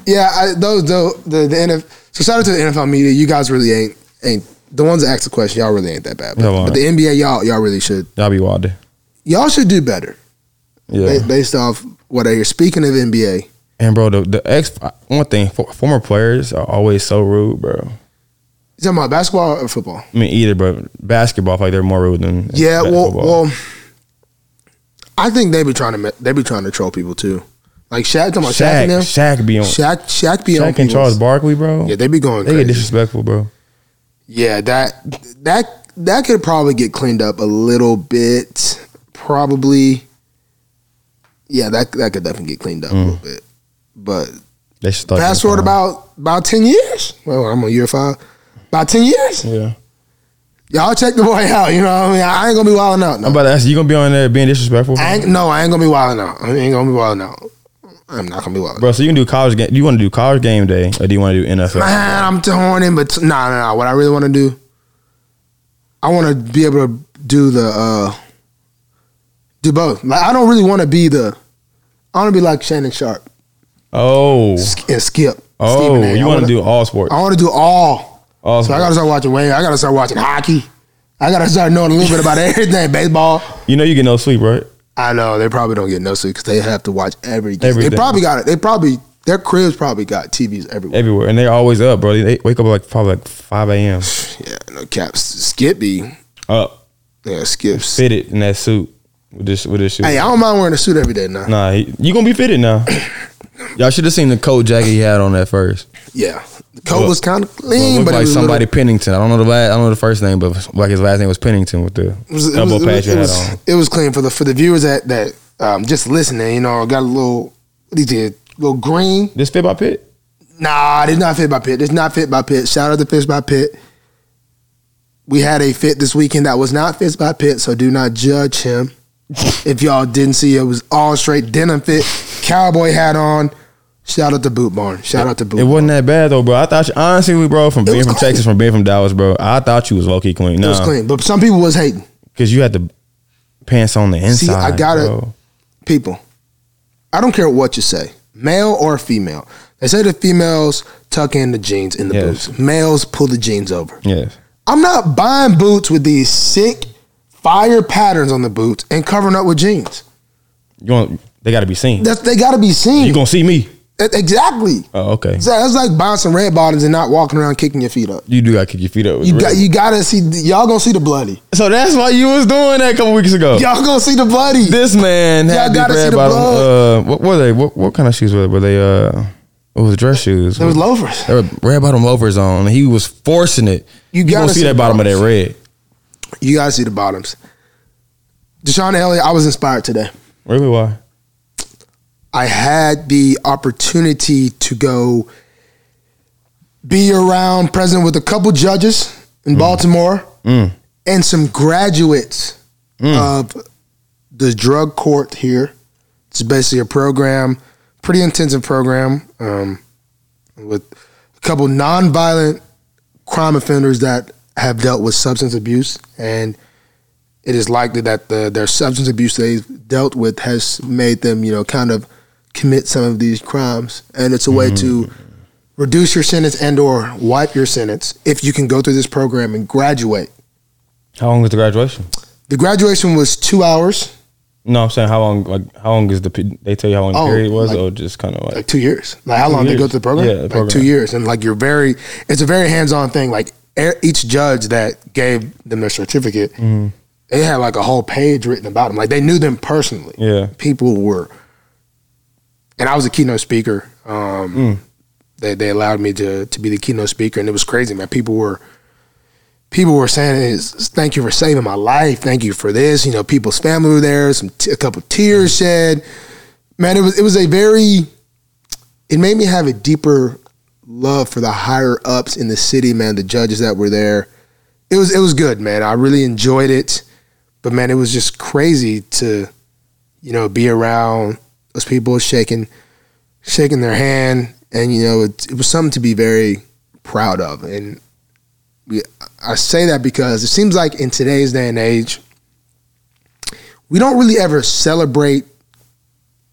Yeah, I, those though the the NFL. So shout out to the NFL media. You guys really ain't ain't the ones that ask the question. Y'all really ain't that bad. But,
Y'all aren't.
but the NBA, y'all y'all really should
y'all be wild.
y'all should do better
Yeah.
ba- based off what I hear. Speaking of NBA,
and bro, the, the ex one thing for, former players are always so rude, bro.
you talking about basketball or football?
I mean, either, but basketball, I feel like they're more rude than
Yeah, well,
basketball.
well, I think they be trying to ma- they be trying to troll people too. Like Shaq, talking about Shaq,
Shaq,
and them.
Shaq be on Shaq,
Shaq, Shaq be on
and
people's-
Charles Barkley, bro.
Yeah, they be going
they get
crazy.
disrespectful, bro.
yeah, that that that could probably get cleaned up a little bit. Probably. Yeah, that that could definitely get cleaned up a
Mm.
little bit. But
They should start
fast forward about about ten years. Well, I'm on year five. About ten years.
Yeah.
Y'all check the boy out. You know what I mean? I ain't gonna be wilding out. No,
I'm about to ask you. You gonna be on there being disrespectful,
I ain't, no, I ain't gonna be wilding out. I ain't gonna be wilding out. I'm not gonna be wilding.
bro? So you can do college game. Do you want to do college game day, or do you want to do NFL?
Man, I'm torn in, but nah, nah, nah. What I really want to do, I want to be able to do the uh do both. Like, I don't really want to be the. I want to be like Shannon Sharp
Oh,
and Skip. Stephen
oh,
A. I
you want
wanna-
to do all sports?
I want to do all.
All
Oh, So I gotta
sports.
start watching Wayne. I gotta start watching hockey. I gotta start knowing a little bit about *laughs* everything. Baseball.
You know you get no sleep, right?
I know they probably don't get no sleep because they have to watch every. game. They
Everything.
probably got it. They probably their cribs probably got TVs everywhere.
Everywhere, and they're always up, bro. They wake up like probably like
*sighs*
five a.m.
Yeah, no caps. Skippy.
up,
Yeah, skips.
fitted in that suit with this with this shoe.
Hey, I don't mind wearing a suit every day now.
Nah, he, you gonna be fitted now. *coughs* Y'all should have seen the coat jacket he had on at first.
Yeah, the coat
Look-
was kind of
It
clean,
looked
but it
like
was
somebody Pennington. I don't know the last, I don't know the first name, but like his last name was Pennington with the
It was, it
elbow
was- it
pad
was-
you
it
had
was-
on.
it was clean for the for the viewers that that um, just listening. You know, got a little. They did little green.
This fit by pit?
Nah, this not fit by Pitt. This not fit by Pitt. Shout out to Fits by Pitt. We had a fit this weekend that was not Fits by Pitt, so do not judge
*laughs*
him. if y'all didn't see, it was all straight denim fit, cowboy hat on. Shout out to Boot Barn. Shout out to Boot.
It
Barn.
wasn't that bad though, bro. I thought you, honestly, bro, from being
was
from
clean.
Texas, from being from Dallas, bro, I thought you was low key clean.
It was
No,
clean, but some people was hating.
because you had the pants on the inside.
See, I gotta-
bro.
people, I don't care what you say, male or female. They say the females tuck in the jeans in the
Yes.
boots. Males pull the jeans over.
Yes,
I'm not buying boots with these sick fire patterns on the boots and covering up with jeans.
you want they got to be seen.
That's they gotta be
You
seen.
gonna see me?
That- exactly.
Oh, okay.
It's like- That's like buying some red bottoms and not walking around kicking your feet up.
You do gotta kick your feet up. with
You
the
got
red.
you gotta see y'all gonna see the bloody.
so that's why you was doing that a couple weeks ago.
Y'all gonna see the bloody.
This man
Y'all
had these
gotta see
red
the
bottom.
blood.
Uh, what were they? What what kind of shoes were they? Were they uh? It was dress shoes.
It was loafers.
There were red bottom loafers on, and he was forcing it.
You
You,
gotta
gonna see
see
that
the
bottom of that
bottoms.
red?
You gotta see the bottoms. Deshaun Elliott, I was inspired today.
Really? Why?
I had the opportunity to go be around present with a couple judges in Baltimore
Mm,
and some graduates of the drug court here. It's basically a program, pretty intensive program, um, with a couple nonviolent crime offenders that have dealt with substance abuse and it is likely that the, their substance abuse they've dealt with has made them, you know, kind of commit some of these crimes. And it's a way to reduce your sentence and or wipe your sentence if you can go through this program and graduate.
How long was the graduation?
The graduation was two hours,
No, I'm saying how long? Like how long is the? pe- They tell you how long
Oh,
the period was,
like-
or just kind of
like
like
two years. Like how
Two
long they go
years.
through the program?
Yeah, the
like two
program.
years. And like you're very, it's a very hands-on thing. Like e- each judge that gave them their certificate,
Mm-hmm.
they had like a whole page written about them. Like they knew them personally.
yeah.
people were and I was a keynote speaker. Um they they allowed me to to be the keynote speaker and it was crazy, man. People were people were saying is thank you for saving my life. Thank you for this. You know, people's family were there, some t- a couple tears shed. Man, it was it was a very it made me have a deeper love for the higher ups in the city, man, the judges that were there. It was it was good, man. I really enjoyed it. But man, it was just crazy to you know, be around those people shaking, shaking their hand, and you know, it, it was something to be very proud of. And we, I say that because it seems like in today's day and age, we don't really ever celebrate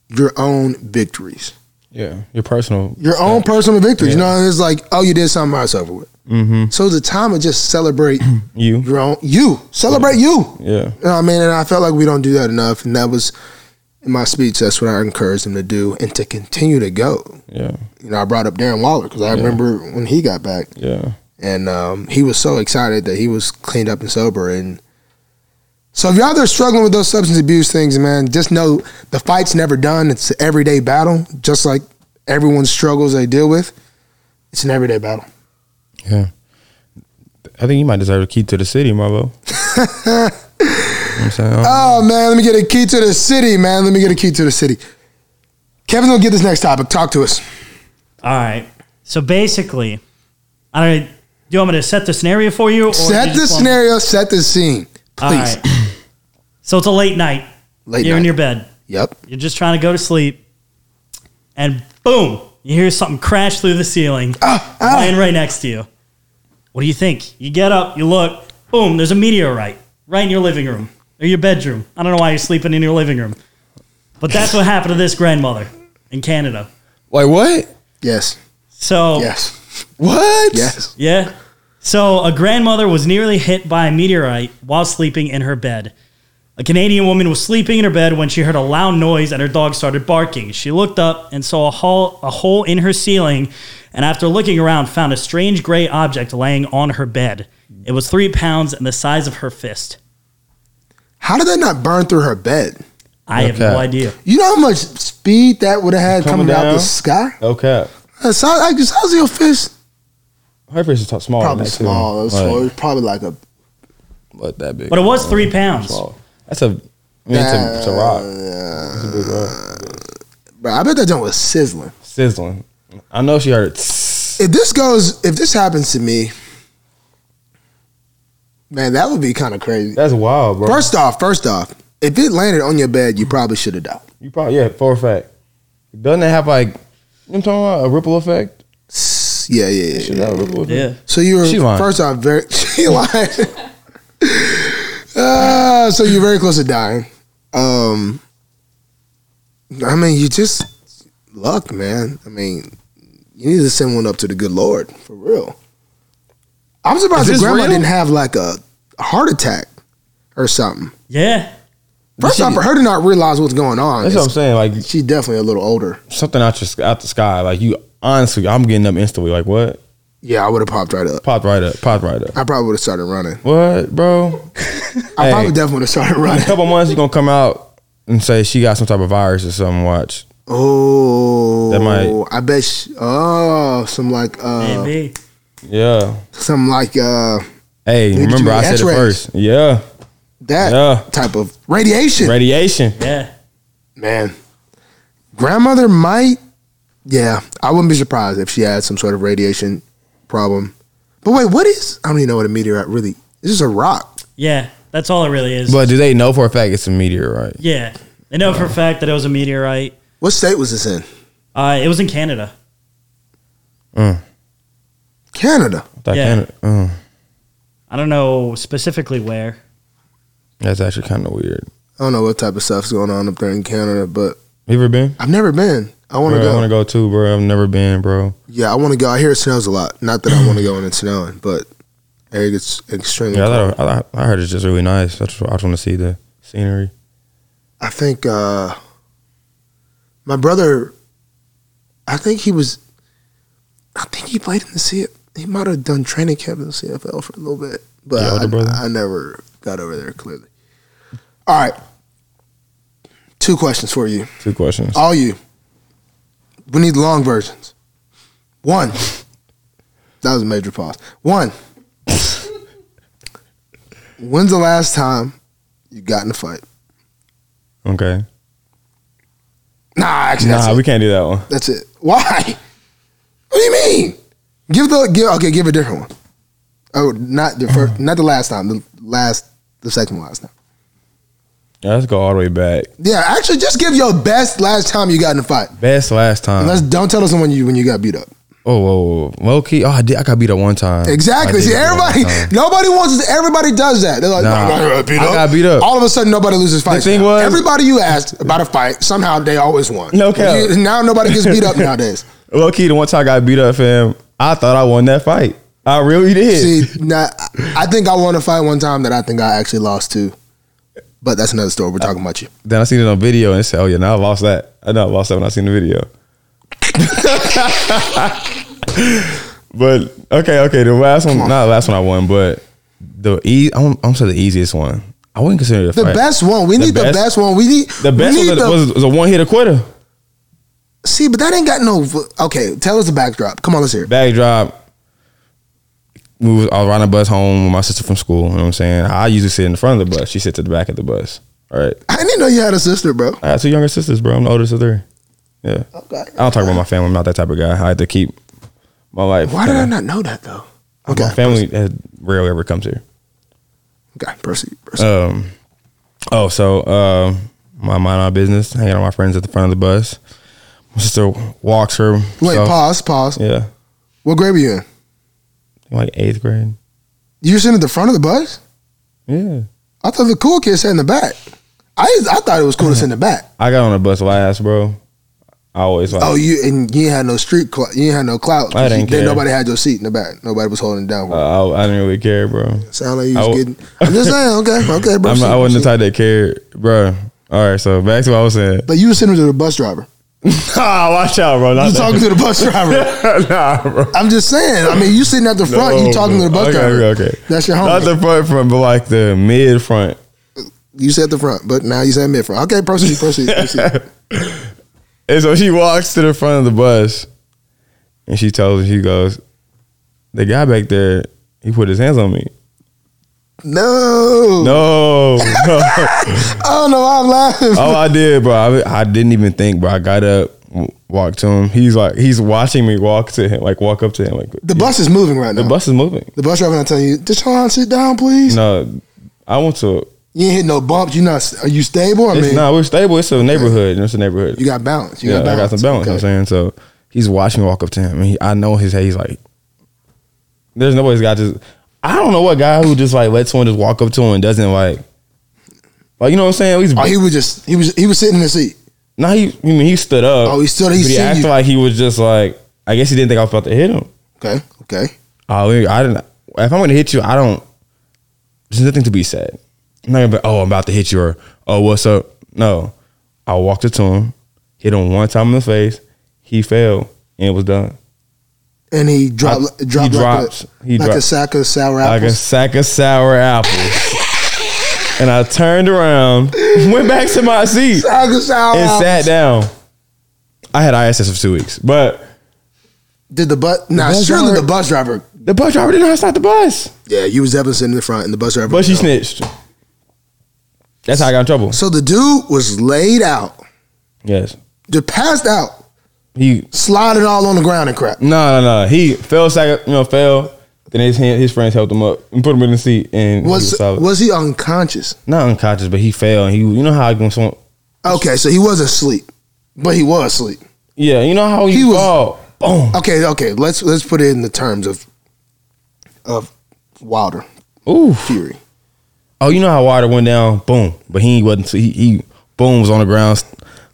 your own victories,
Yeah, your personal.
your own personal victories. You know, it's like, oh, you did something I was over with. Mm-hmm. So it's a time to just celebrate
You.
your own, you celebrate you.
Yeah.
You know what I mean? And I felt like we don't do that enough. And that was in my speech, that's what I encouraged them to do and to continue to go.
Yeah.
You know, I brought up Darren Waller because I remember when he got back
Yeah.
and um, he was so excited that he was cleaned up and sober. And so if you're out there struggling with those substance abuse things, man, just know the fight's never done. It's an everyday battle, just like everyone's struggles they deal with. It's an everyday battle.
Yeah. I think you might deserve a key to the
*laughs*
city, Marvo.
I'm saying, oh. oh man, let me get a key to the city, man. Let me get a key to the city. Kevin's gonna get this next topic. Talk to us.
All right. So basically, I don't. Do you want me to set the scenario for you?
set
you
the scenario. Me? Set the scene, please. Right.
So it's a late night.
Late.
You're
night.
in your bed.
Yep.
You're just trying to go to sleep, and boom, you hear something crash through the ceiling,
ah,
ah. lying right next to you. What do you think? You get up, you look, boom, there's a meteorite right in your living room or your bedroom. I don't know why you're sleeping in your living room, but that's what happened to this grandmother in Canada.
Like what?
Yes.
So
yes.
What?
Yes.
Yeah. So a grandmother was nearly hit by a meteorite while sleeping in her bed. A Canadian woman was sleeping in her bed when she heard a loud noise and her dog started barking. She looked up and saw a hole, a hole in her ceiling, and after looking around, found a strange gray object laying on her bed. It was three pounds and the size of her fist.
How did that not burn through her bed?
I okay. have no idea.
You know how much speed that would have had coming, coming out the sky?
Okay.
The size, like the size of your fist?
Her fist is small.
Probably small. It was, like, it was, probably like a.
What that big?
But it was three know, pounds. Small.
That's a. I mean, it's, a, it's a rock. It's a big rock.
Bro, I bet that joint was sizzling.
Sizzling. I know she heard.
If this goes, if this happens to me, man, that would be kind of crazy.
That's wild, bro.
First off, first off, if it landed on your bed, you probably should have died.
You probably yeah, for a fact. Doesn't it have like you know I'm talking about a ripple effect?
Yeah, yeah,
yeah. yeah. ripple effect.
yeah.
So you were
she lying.
first off very *laughs* she lying. uh, so you're very close to dying. Um, I mean, you just luck, man. I mean, you need to send one up to the good Lord for real. I'm surprised the grandma real? didn't have like a heart attack or something.
Yeah.
First off, for her to not realize what's going on.
That's what I'm saying. Like
she's definitely a little older.
Something out your out the sky. Like you honestly, I'm getting up instantly. Like what?
Yeah, I would have popped right up.
Popped right up. Popped right up.
I probably would have started running.
What, bro?
I hey, probably definitely would have started *laughs* running.
a couple months, you're gonna come out and say she got some type of virus or something. Watch.
Oh,
that might.
I bet. She, oh, some like uh,
maybe.
Yeah.
Some like uh.
Hey, remember I said it first. Yeah.
That *laughs*
yeah.
type of radiation.
Radiation.
Yeah.
Man, grandmother might. Yeah, I wouldn't be surprised if she had some sort of radiation problem. But wait, what is? I don't even know what a meteorite really. This is a rock.
Yeah, that's all it really is.
But do they know for a fact it's a meteorite?
Yeah, they know yeah. for a fact that it was a meteorite.
What state was this in?
Uh, it was in Canada.
Mm.
Canada.
Yeah. Canada. Mm.
I don't know specifically where.
That's actually kind of weird.
I don't know what type of stuff's going on up there in Canada, but
you ever been?
I've never been. I want to go.
I want to go too, bro. I've never been, bro.
Yeah, I want to go. I hear it snows a lot. Not that I want to go and it's snowing, but it gets extremely.
Yeah, I, thought, I, thought, I, heard it's just really nice. That's what, I just want to see the scenery.
I think uh, my brother. I think he was. I think he played in the CFL. He might have done training camp in the CFL for a little bit, but I, I never got over there clearly. All right. Two questions for you.
Two questions.
All you. We need long versions. One. That was a major pause. One. When's the last time you got in a fight? Oh.
Okay.
Nah, actually,
nah, we can't do that one.
That's it. Why? *laughs* What do you mean? Give the give. Okay, give a different one. Oh, not the
Uh-huh.
first, not the last time. The last, the second last time.
Yeah, let's go all the way back.
Yeah, actually, just give your best last time you got in a fight.
Best last time.
Let's don't tell us when you when you got beat up.
Oh, whoa, whoa, whoa. low key. Oh, I did. I got beat up one time.
Exactly. See, everybody, nobody wants. To, everybody does that. They're like, nah, no, no, beat up.
I got beat up.
All of a sudden, nobody loses fights.
The thing
now.
was,
everybody you asked about a fight, somehow they always won.
No cap.
Now nobody gets
*laughs*
beat up nowadays.
Low key, the one time I got beat up, fam, I thought I won that fight. I really did.
*laughs* See, now I think I won a fight one time that I think I actually lost to. But that's another story. We're talking about you.
Then I seen it on video and said, "Oh yeah, now I lost that. I know I lost that when I seen the video." *laughs* but okay, okay. The last one, on. not the last one I won, but the e. I'm, I'm sure the easiest one. I wouldn't consider it
the
fight.
best one. We the need best, the best one. We need
the best
need
one the, was, was, a one hitter quitter.
See, but that ain't got no. Okay, tell us the backdrop. Come on, let's hear it.
Backdrop. we was, I was riding a bus home with my sister from school. You know what I'm saying? I usually sit in the front of the bus. She sits at the back of the bus. All right.
I didn't know you had a sister, bro.
I have two younger sisters, bro. I'm the oldest of three. Yeah. Okay. I don't talk about my family. I'm not that type of guy. I had to keep my life.
Why did I not know that though?
Okay. My family has rarely ever comes here.
Okay, proceed. proceed.
Um. Oh, so um, my mind my business, hanging out with my friends at the front of the bus. My sister walks her.
Wait,
so-
pause, pause.
Yeah.
What grade were you in?
Like eighth grade.
You were sitting at the front of the bus?
Yeah.
I thought the cool kids sat in the back. I I thought it was
Uh-huh.
cool to sit in the back.
I got on the bus last, bro. I always like.
Oh, you and you ain't had no street, cl- you ain't had no clout.
I didn't
You- then
care.
Nobody had your seat in the back. Nobody was holding it down. for you.
Uh, I, I didn't really care, bro.
Sound like you
I
was
w-
getting. I'm just saying.
*laughs*
Okay, okay, bro.
I'm not, I
proceed.
wasn't the type that cared, bro. All right, so back to what I was saying.
But you were sitting to the bus driver.
*laughs* Ah, watch out, bro. Not
You talking to the bus driver.
the *laughs* nah, bro.
I'm just saying. I mean, you sitting at the front. you
No,
talking to the
bro.
bus
okay,
driver.
Okay, okay.
That's your
Not
home.
the front front, but like the mid front.
you said the front, but now you said mid front. Okay, proceed,
*laughs*
proceed, proceed.
And so she walks to the front of the bus, and she tells me, she goes, "The guy back there, he put his hands on me."
No,
No, no.
I don't know. why I'm laughing.
all I did, bro, I, I didn't even think, bro. I got up, w- walked to him. He's like, he's watching me walk to him, like walk up to him, like
the bus is moving right now.
The bus is moving.
The bus driver not telling you, Deshaun, sit down, please.
No, I want to.
You ain't hit no bumps. You not? Are you stable? I
It's
mean,
not. We're stable. It's a neighborhood. You know, It's a neighborhood.
you got balance. You
yeah,
got balance.
I got some balance.
Okay.
You know what I'm saying. So he's watching me walk up to him, and he, I know his head. He's like, "There's nobody's got this." I don't know what guy who just like lets someone just walk up to him and doesn't like, like you know what I'm saying. He's
Oh, he was just he was he was sitting in the seat.
nah, he. I mean, he stood up.
Oh, he stood- he
but he
seen
acted
you.
like he was just like. I guess he didn't think I was about to hit him.
Okay, okay.
Oh, I didn't. If I'm gonna hit you, I don't. There's nothing to be said. I'm not gonna be. Oh, I'm about to hit you, or oh, what's up? No, I walked up to him, hit him one time in the face. He fell, and it was done.
And he dropped
I-
dropped
he
like,
drops.
a,
He
like a
drops.
sack of sour
Like a
apples.
sack of sour apples. and I turned around, *laughs* went back to my seat,
sack of sour
and
apples.
sat down. I had ISS for two weeks, but
Did the bus? Nah,
bus
surely
driver-
the bus driver.
the bus driver didn't know how to stop the bus.
Yeah, you was definitely sitting in the front, and the bus driver.
But she
no.
snitched. That's how I got in trouble.
So the dude was laid out,
Yes.
just passed out,
He
slided all on the ground and crap.
No, no, no. He fell, sack, you know, fell. Then his hand, his friends helped him up and put him in the seat. And he was
Was
solid.
was he unconscious?
not unconscious, but he fell. And he, you know how when someone,
Okay, so he wasn't asleep, but he was asleep.
yeah, you know how you
He was-
fall. Boom.
Okay, okay. Let's let's put it in the terms of of Wilder
Ooh.
Fury.
Oh, you know how water went down. Boom. But he wasn't. He, he boom was on the ground,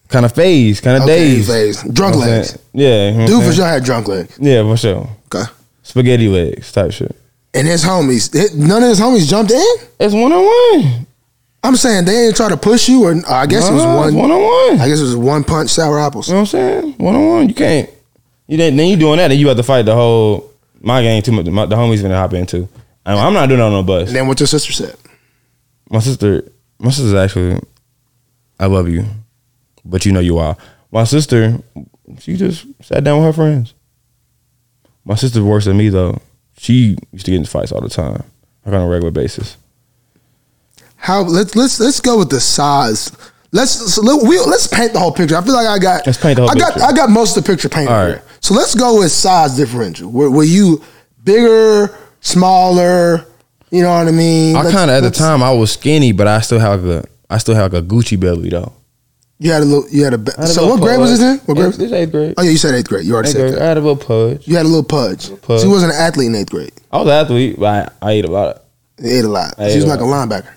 kind of phased, kind of
Okay,
dazed,
phased. Drunk
You know what I'm
legs.
saying? Yeah. you know what I'm
Dude for
saying?
sure had drunk legs.
Yeah, for sure.
Okay.
Spaghetti legs type shit.
And his homies, it- none of his homies jumped in.
It's one on one.
I'm saying they didn't try to push you, or uh, I guess it was one.
one on one.
I guess it was one punch sour apples.
You know what I'm saying? One on one, you can't. You then, then you doing that, and you have to fight the whole my gang too much. My, the homies gonna hop into. I'm, I'm not doing that on no bus.
And then what your sister said.
My sister, my sister's actually, I love you, but you know you are. My sister, she just sat down with her friends. My sister worse than me though. She used to get into fights all the time, like on a regular basis.
How let's let's let's go with the size. Let's so let, we, let's paint the whole picture. I feel like I got
Let's paint the whole
I got
picture.
I got most of the picture painted.
All right.
here. So let's go with size differential. Were, were you bigger, smaller? You know what I mean?
I
Let's-
kind of at the
let's-
time I was skinny, but I still have a I still have a Gucci belly though.
you had a little you had a. ba-
I had a
So
little
what grade was this in?
pudge.
What grade? was-
It's eighth grade.
Oh yeah, you said eighth grade. You already
Eighth
said
grade. I
that.
had a little pudge.
You had a little pudge.
pudge.
She wasn't an athlete in eighth grade.
I was an athlete, but I, I ate a lot.
You ate a lot.
I
she
ate
was
a
like a linebacker.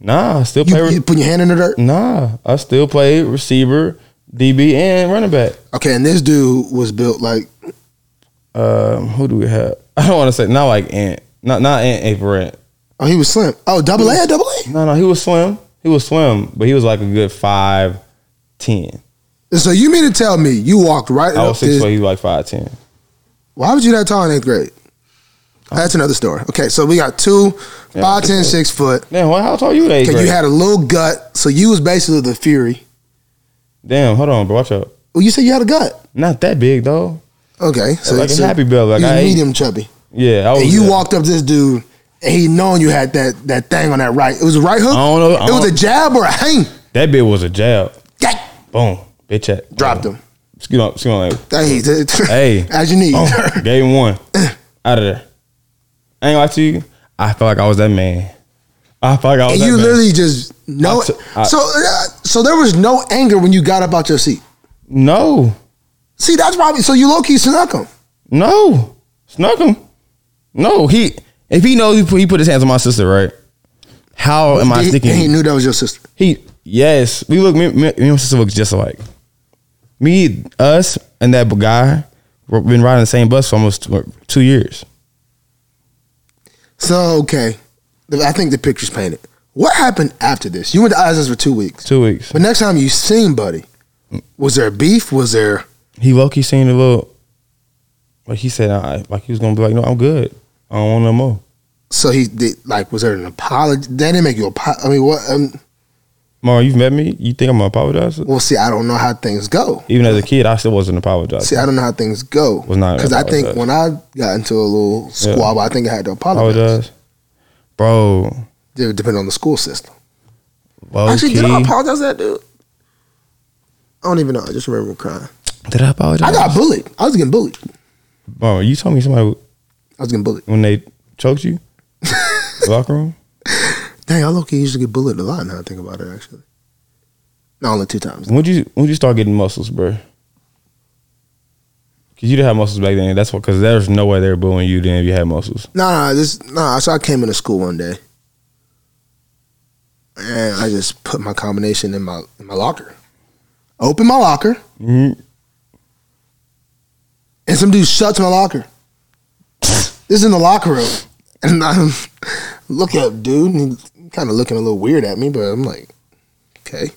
Nah, I still play.
You, you put your hand in the dirt.
nah, I still play receiver, DB, and running back.
Okay, and this dude was built like
Um, who do we have? *laughs* I don't want to say not like Ant, not not Ant Averett.
oh he was slim. Oh double A, double A.
No, no, he was slim. He was slim, but he was like a good five ten.
And so you mean to tell me you walked right
I
up
was six
this?
foot. He was like five ten.
Why was you that tall in eighth grade? That's another story. Okay, so we got two, five, ten, six foot.
Damn, why- how tall you? Eight
Okay,
grade?
you had a little gut, so you was basically the fury.
Damn, hold on, bro. Watch out.
Well, you said you had a gut.
Not that big though.
Okay, so
like a
so
happy belly, like
you was
I ate.
medium chubby.
Yeah, I was,
and you
yeah.
walked up to this dude, and he known you had that that thing on that right. It was a right hook.
I don't know. I
It was
don't-
a jab or a hang.
That bit was a jab.
Gat-
Boom. Bitch at
Dropped him.
Excuse me. Excuse me.
Hey, Oh.
Hey.
*laughs* as you need.
Boom. Gave him one. Out of there. I ain't gonna lie to you. I felt like I was that man. I felt like I was
and
that
you
man.
literally just no.
I t- I-
so uh, so there was no anger when you got up out your seat.
No.
See, that's probably so you low key snuck him.
No. Snuck him. No. He if he knows he put, he put his hands on my sister, right? How am I
He-
sticking?
He knew that was your sister.
He yes, we look. Me, me, me and my sister look just alike. Me, us, and that guy we been riding the same bus for almost what, two years.
So okay, I think the picture's painted. What happened after this? You went to ISS for two weeks,
Two weeks.
but next time you seen Buddy, was there beef? Was there?
He low key seemed a little like he said, I, like he was gonna be like, no, I'm good. I don't want no more.
So he did like was there an apology? They didn't make you apologize. I mean, what? Um,
Mom, you've met me. You think I'm gonna apologize?
well, see, I don't know how things go.
Even as a kid, I still wasn't apologizing.
See, I don't know how things go.
Was not
because I think
apologize.
when I got into a little squabble, I think I had to apologize.
apologize, bro.
It would depend on the school system.
Low
Actually,
key,
did I apologize to that dude? I don't even know. I just remember crying.
did I apologize?
I got bullied. I was getting bullied.
Bro, you told me somebody
I was getting bullied.
when they choked
*laughs*
you, locker room.
Dang, I low key used to get bullied a lot now I think about it, actually. No, only two times.
When you when you start getting muscles, bro? Cause you didn't have muscles back then. That's what. Cause there's no way they were booing you then if you had muscles.
Nah, this, nah, so I came into school one day. And I just put my combination in my in my locker. Open my locker. Mm-hmm.
Mhm.
And some dude shuts my locker. This is in the locker room. And I'm look up, dude. And he's kind of looking a little weird at me, but I'm like, okay.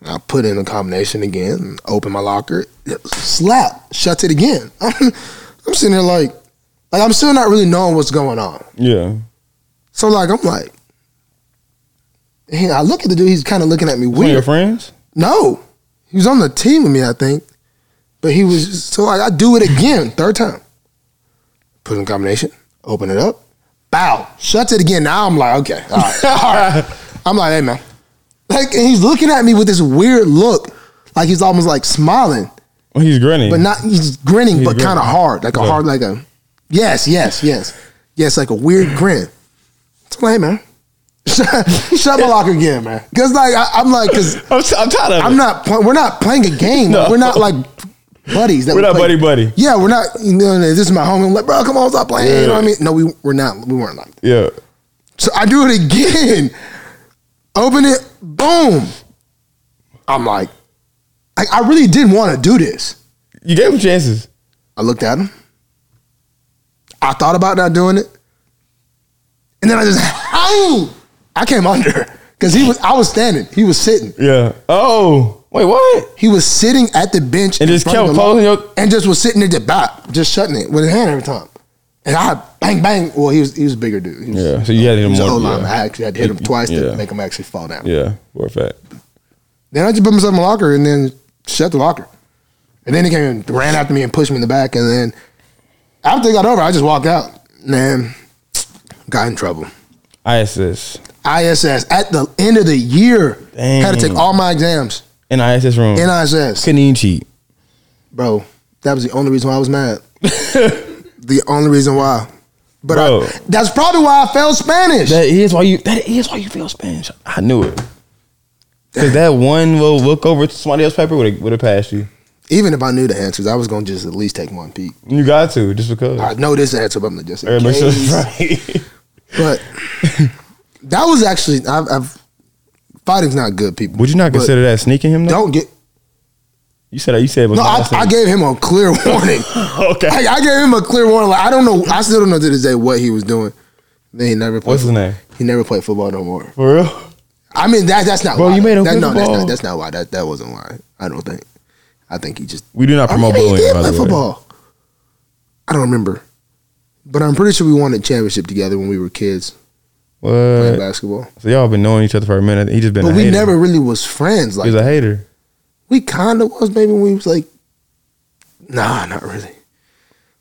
And I put in a combination again, and open my locker, slap, shuts it again. *laughs* I'm, I'm sitting there like, like I'm still not really knowing what's going on.
Yeah.
So like I'm like, and I look at the dude. He's kind of looking at me
One of your
weird.
friends.
No, he was on the team with me, I think. But he was so like I do it again, third time. Put in combination, open it up, bow, shuts it again. Now I'm like, okay, all right, *laughs* all right. I'm like, hey man, like and he's looking at me with this weird look, like he's almost like smiling,
Well, he's grinning.
but not he's grinning,
He's
but kind
grinning.
of hard, like a
Yeah.
hard, like a yes, yes, yes, yes, like a weird grin. It's like, hey man, *laughs* shut, shut my locker again, man. Cause like I, I'm like, cause.
I'm, t- I'm tired of
I'm
it.
not. Pl- we're not playing a game.
*laughs* No.
We're not like buddies. That
We're
we
not
play-
buddy buddy.
Yeah, we're not. You know, this is my home. I'm like, bro, come on, stop playing. You know what I mean? No, we we're not. We weren't like. That.
Yeah.
So I do it again. *laughs* Open it. Boom. I'm like, I, I really didn't want to do this.
You gave him chances.
I looked at him. I thought about not doing it, and then I just, *laughs* ow! I came under because he was. I was standing. He was sitting.
Yeah. Oh. Wait. What?
He was sitting at the bench
And
in
just
front
kept
of the
closing
lo-
your-
and just was sitting at the back, just shutting it with his hand every time. And I bang bang. Well, he was he was a bigger dude. He was,
Yeah. So you had to hit
He
him
was a
more.
whole line.
Yeah.
I actually had to hit him twice
Yeah.
to make him actually fall down.
yeah. For a fact.
Then I just put myself in the locker and then shut the locker. And then he came and ran after me and pushed me in the back. And then after it got over, I just walked out. Man, got in trouble.
ISS.
ISS at the end of the year had to
Dang.
take all my exams
In ISS room.
in ISS.
Couldn't even cheat.
bro. That was the only reason why I was
*laughs*
mad. the only reason why. But I-
Bro.
that's probably why I failed Spanish.
That is why you. That is why you feel Spanish. I knew it. Cause that one little look over to somebody else's paper would have would have passed you.
Even if I knew the answers, I was gonna just at least take one peek.
You got to just because.
I know this answer, but I'm gonna just. in
Everybody
case.
says right.
But that was actually I've, I've fighting's not good, people.
*laughs* Would you not
But
consider that sneaking him? Though?
Don't get
You said you said it was
no. I,
not
I
sneaking.
gave him a
*laughs*
clear warning.
okay.
I, I gave him a clear warning. Like, I don't know. I still don't know to this day what he was doing. Then he never. Played
What's his
fo-
name?
He never played football no more.
For real?
I mean that that's not
Bro,
why.
you made him
that,
quit
no, that's
football.
not that's not why. That that wasn't why. I don't think. I think he just
We do not
I mean,
promote
he
bullying.
did
By
play
the way.
football. I don't remember. But I'm pretty sure we won a championship together when we were kids playing
What?
basketball.
So y'all been knowing each other for a minute. He just been.
But
a
we
hater.
never really was friends. Like
He's a hater.
we kinda was maybe when we was like Nah, not really.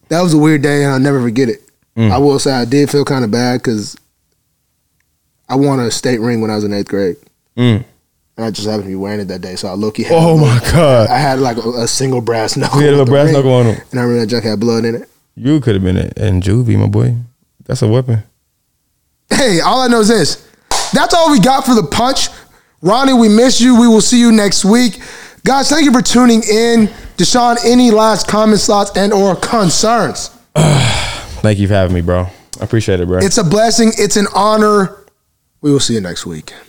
That was a weird day and I'll never forget it. Mm. I will say I did feel kind of bad because I won a state ring when I was in eighth grade.
Mm.
And I just happened to be wearing it that day, so I look.
Oh my god!
I had like a, a single brass knuckle.
He had a
with the
little brass
ring,
knuckle on him.
and I remember that junk had blood in it.
You could have been in in juvie, my boy. That's a weapon.
Hey, all I know is this. That's all we got for the punch. Ronnie, we miss you. We will see you next week. Guys, thank you for tuning in. Deshaun, any last comments, thoughts, and or concerns?
Thank you for having me, bro. I appreciate it, bro.
It's a blessing. It's an honor. We will see you next week.